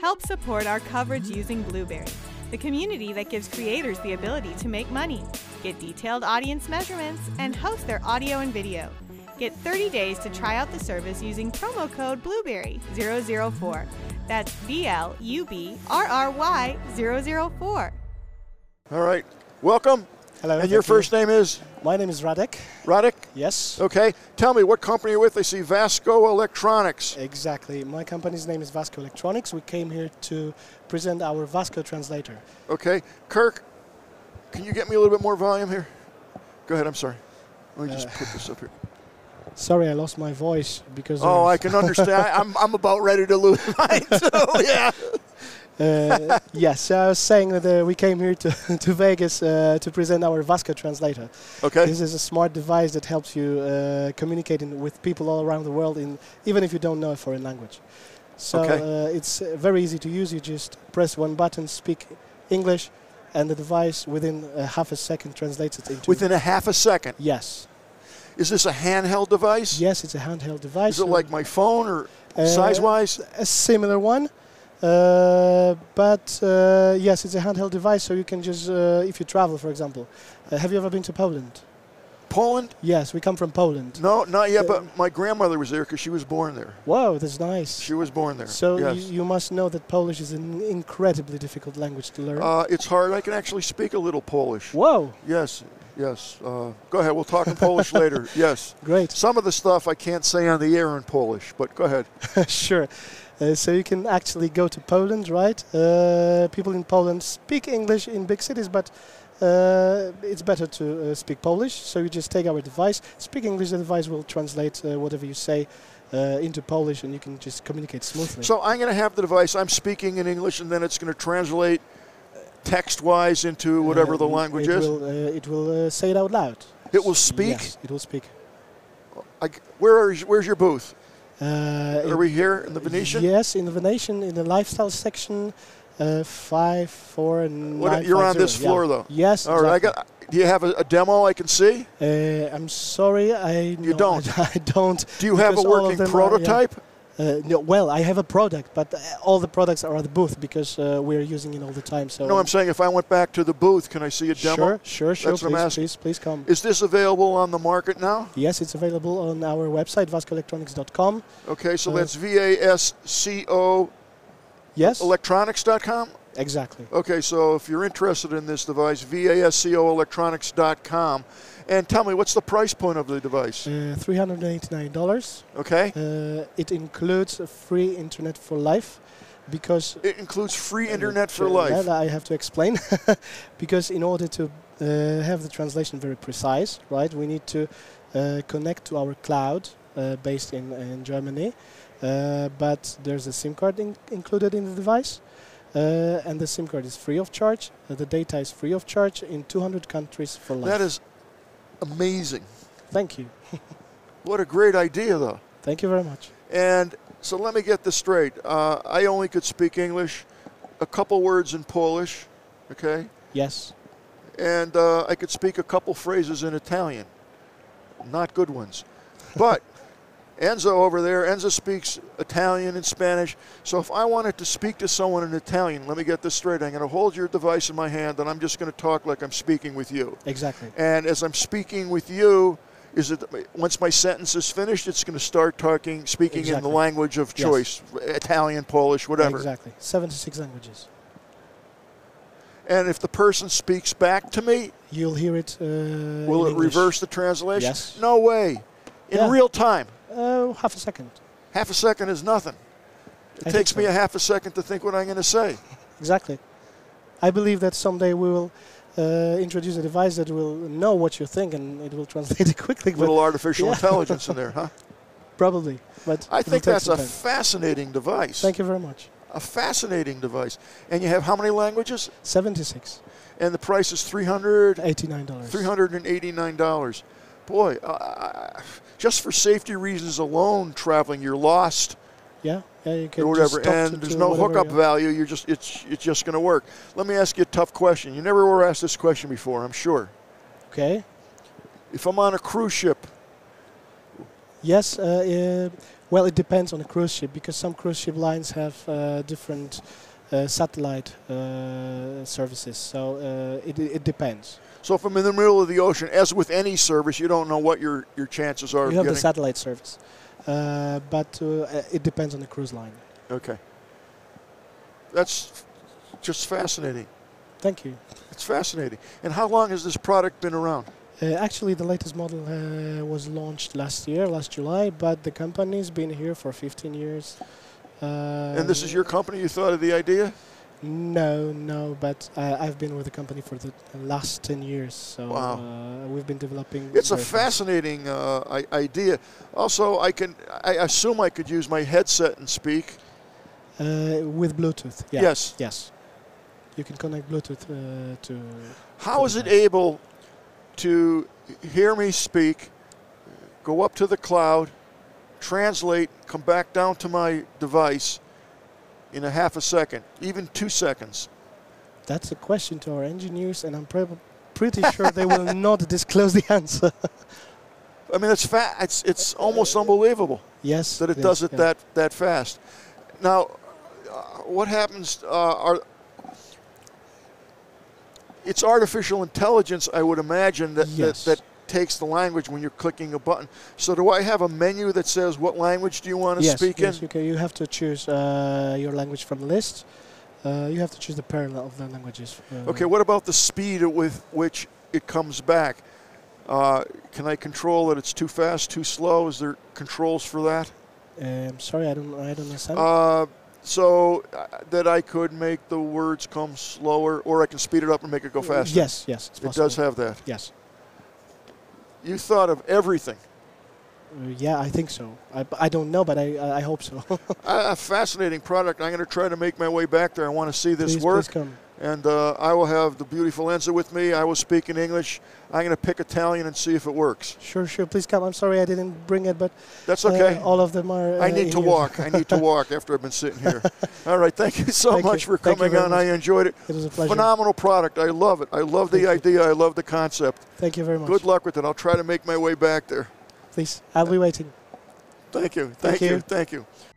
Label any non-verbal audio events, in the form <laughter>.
Help support our coverage using Blueberry, the community that gives creators the ability to make money, get detailed audience measurements, and host their audio and video. Get 30 days to try out the service using promo code Blueberry004. That's B L U B R R Y 004. All right. Welcome. Hello. And your thank you. first name Oh. is My name is Radek. Radek? Yes. Okay. Tell me what company you're with. I see Vasco Electronics. Exactly. My company's name is Vasco Electronics. We came here to present our Vasco translator. Okay. Kirk, can you get me a little bit more volume here? Go ahead. I'm sorry. Let me just put this <laughs> up here. Sorry, I lost my voice because. Oh, of- I can understand. I, am I'm about ready to lose <laughs> mine, too. <laughs> Yeah. uh, <laughs> yes, so I was saying that uh, we came here to, <laughs> to Vegas uh, to present our Vasco translator. Okay. This is a smart device that helps you uh, communicating with people all around the world, in, even if you don't know a foreign language. So Okay. uh, it's uh, very easy to use. You just press one button, speak English, and the device within uh, half a second translates it into. Within a half a second. yes, Is this a handheld device? yes, it's a handheld device. Is it so like my phone or Uh, size wise? a similar one? Uh, but uh, yes, it's a handheld device, so you can just, uh, if you travel, for example. Uh, have you ever been to Poland? Poland? Yes, we come from Poland. No, not yet, uh, but my grandmother was there because she was born there. Wow, that's nice. She was born there. So yes. you, you must know that Polish is an incredibly difficult language to learn. Uh, it's hard. I can actually speak a little Polish. Whoa, Yes, yes. Uh, go ahead. We'll talk in Polish <laughs> later. Yes. great. <laughs> Some of the stuff I can't say on the air in Polish, but go ahead. sure. Uh, so you can actually go to Poland, right? Uh, people in Poland speak English in big cities, but uh, it's better to uh, speak Polish. So you just take our device, speak English, the device will translate uh, whatever you say uh, into Polish and you can just communicate smoothly. So I'm going to have the device. I'm speaking in English, and then it's going to translate text-wise into whatever the Um, language it is. Will, uh, it will uh, say it out loud. It will speak? Yes, it will speak. I, where are, you- where's your booth? Uh, Are we here in the Venetian? Yes, in the Venetian, in the lifestyle section, uh, five, four, and What- nine, you're five, on this zero, floor, yeah. though. Yes. All right. I exactly. got. Do you have a, a demo I can see? Uh, I'm sorry, I. You don't. <laughs> I, don't. Do you have a because all of working them are- yeah. prototype? Uh, no, well, I have a product, but uh, all the products are at the booth because uh, we're using it all the time. So. No, I'm saying if I went back to the booth, can I see a demo? Sure, sure, sure. That's what I'm please, asking. please, please come. Is this available on the market now? yes, it's available on our website vascoelectronics.com. Okay, so Uh, that's vasco Yes, electronics.com. exactly. Okay, so if you're interested in this device, vascoelectronics.com. And tell me, what's the price point of the device? Uh, Three hundred and eighty-nine dollars. Okay? Uh, it includes a free internet for life because It includes free internet for Uh, life. That I have to explain <laughs> because in order to uh, have the translation very precise, right? We need to uh, connect to our cloud uh, based in, in Germany, uh, but there's a SIM card in- included in the device. Uh, and the SIM card is free of charge. Uh, the data is free of charge in 200 countries for life. That is amazing. Thank you. What a great idea, though. Thank you very much. And so let me get this straight. Uh, I only could speak English, a couple words in Polish, okay? Yes. and uh, I could speak a couple phrases in Italian, not good ones. <laughs> But Enzo over there, Enzo speaks Italian and Spanish. So if I wanted to speak to someone in Italian, let me get this straight. I'm going to hold your device in my hand, and I'm just going to talk like I'm speaking with you. Exactly. And as I'm speaking with you, is it once my sentence is finished, it's going to start talking, speaking in the Exactly. language of Yes. choice, Italian, Polish, whatever. Exactly. 76 languages. And if the person speaks back to me, You'll hear it. Uh, Will in it English. reverse the translation? Yes. No way. In Yeah. real time. Uh, half a second. Half a second is nothing. It I think takes me so. a half a second to think what I'm going to say. Exactly. I believe that someday we will uh, introduce a device that will know what you think and it will <laughs> translate it quickly. But little artificial <laughs> yeah. intelligence in there, huh? probably. But I it will think take that's some a time. fascinating device. Thank you very much. A fascinating device. And you have how many languages? Seventy-six, And the price is 300 eighty-nine dollars. $389. Boy, uh, just for safety reasons alone, traveling, you're lost. Yeah, yeah, you can or just whatever, talk and to- there's to no whatever, hookup yeah. value. You're just it's it's just going to work. Let me ask you a tough question. You never were asked this question before, I'm sure. Okay. If I'm on a cruise ship, Yes, uh, uh, well, it depends on the cruise ship because some cruise ship lines have uh, different uh, satellite uh, services, so uh, it, it depends. So if I'm in the middle of the ocean, as with any service, you don't know what your, your chances are. You have of the getting, satellite service, uh, but uh, uh, it depends on the cruise line. Okay. That's just fascinating. Thank you. It's fascinating. And how long has this product been around? Uh, actually, the latest model uh, was launched last year, last July, but the company's been here for 15 years. Uh, and this is your company. You thought of the idea. No, no, but uh, I've been with the company for the last 10 years, so Wow. uh, we've been developing. It's a very fast. fascinating uh, I- idea. Also, I can. I assume I could use my headset and speak. Uh, with Bluetooth, yeah. Yes. Yes. You can connect Bluetooth uh, to. How is it able to hear me speak, go up to the cloud, translate, come back down to my device in a half a second, even two seconds? That's a question to our engineers, and I'm prob- pretty sure they will <laughs> not disclose the answer. I mean, it's fa- It's it's almost unbelievable. yes. that it yes, does it yeah. that that fast. Now, uh, what happens? Uh, are it's artificial intelligence, I would imagine that, Yes. that that takes the language when you're clicking a button. So, do I have a menu that says what language do you want to yes, speak yes, in? you, can, you have to choose uh, your language from the list. Uh, you have to choose the parallel of the languages. uh, Okay, what about the speed at with which it comes back? Uh, can I control that it's too fast, too slow? Is there controls for that? Um, sorry, I don't, I don't understand. Uh, so uh, that I could make the words come slower, or I can speed it up and make it go faster. Yes, yes. It's It possible. does have that. Yes. You thought of <laughs> everything. Uh, yeah, I think so. I, b- I don't know, but I, I I hope so. <laughs> A a fascinating product. I'm going to try to make my way back there. I want to see this please, work. Please come. and uh, I will have the beautiful Enza with me. I will speak in English. I'm going to pick Italian and see if it works. Sure, sure. Please come. I'm sorry I didn't bring it, but That's uh, okay. all of them are. I uh, need in to use. walk. I <laughs> need to walk after I've been sitting here. All right. Thank you so Thank you. much for Thank you coming very on. much. I enjoyed it. It was a pleasure. Phenomenal product. I love it. I love the Thank idea. I love the concept. Thank you very much. Good luck with it. I'll try to make my way back there. Please, I'll be waiting. Thank you. Thank, Thank you. you. Thank you.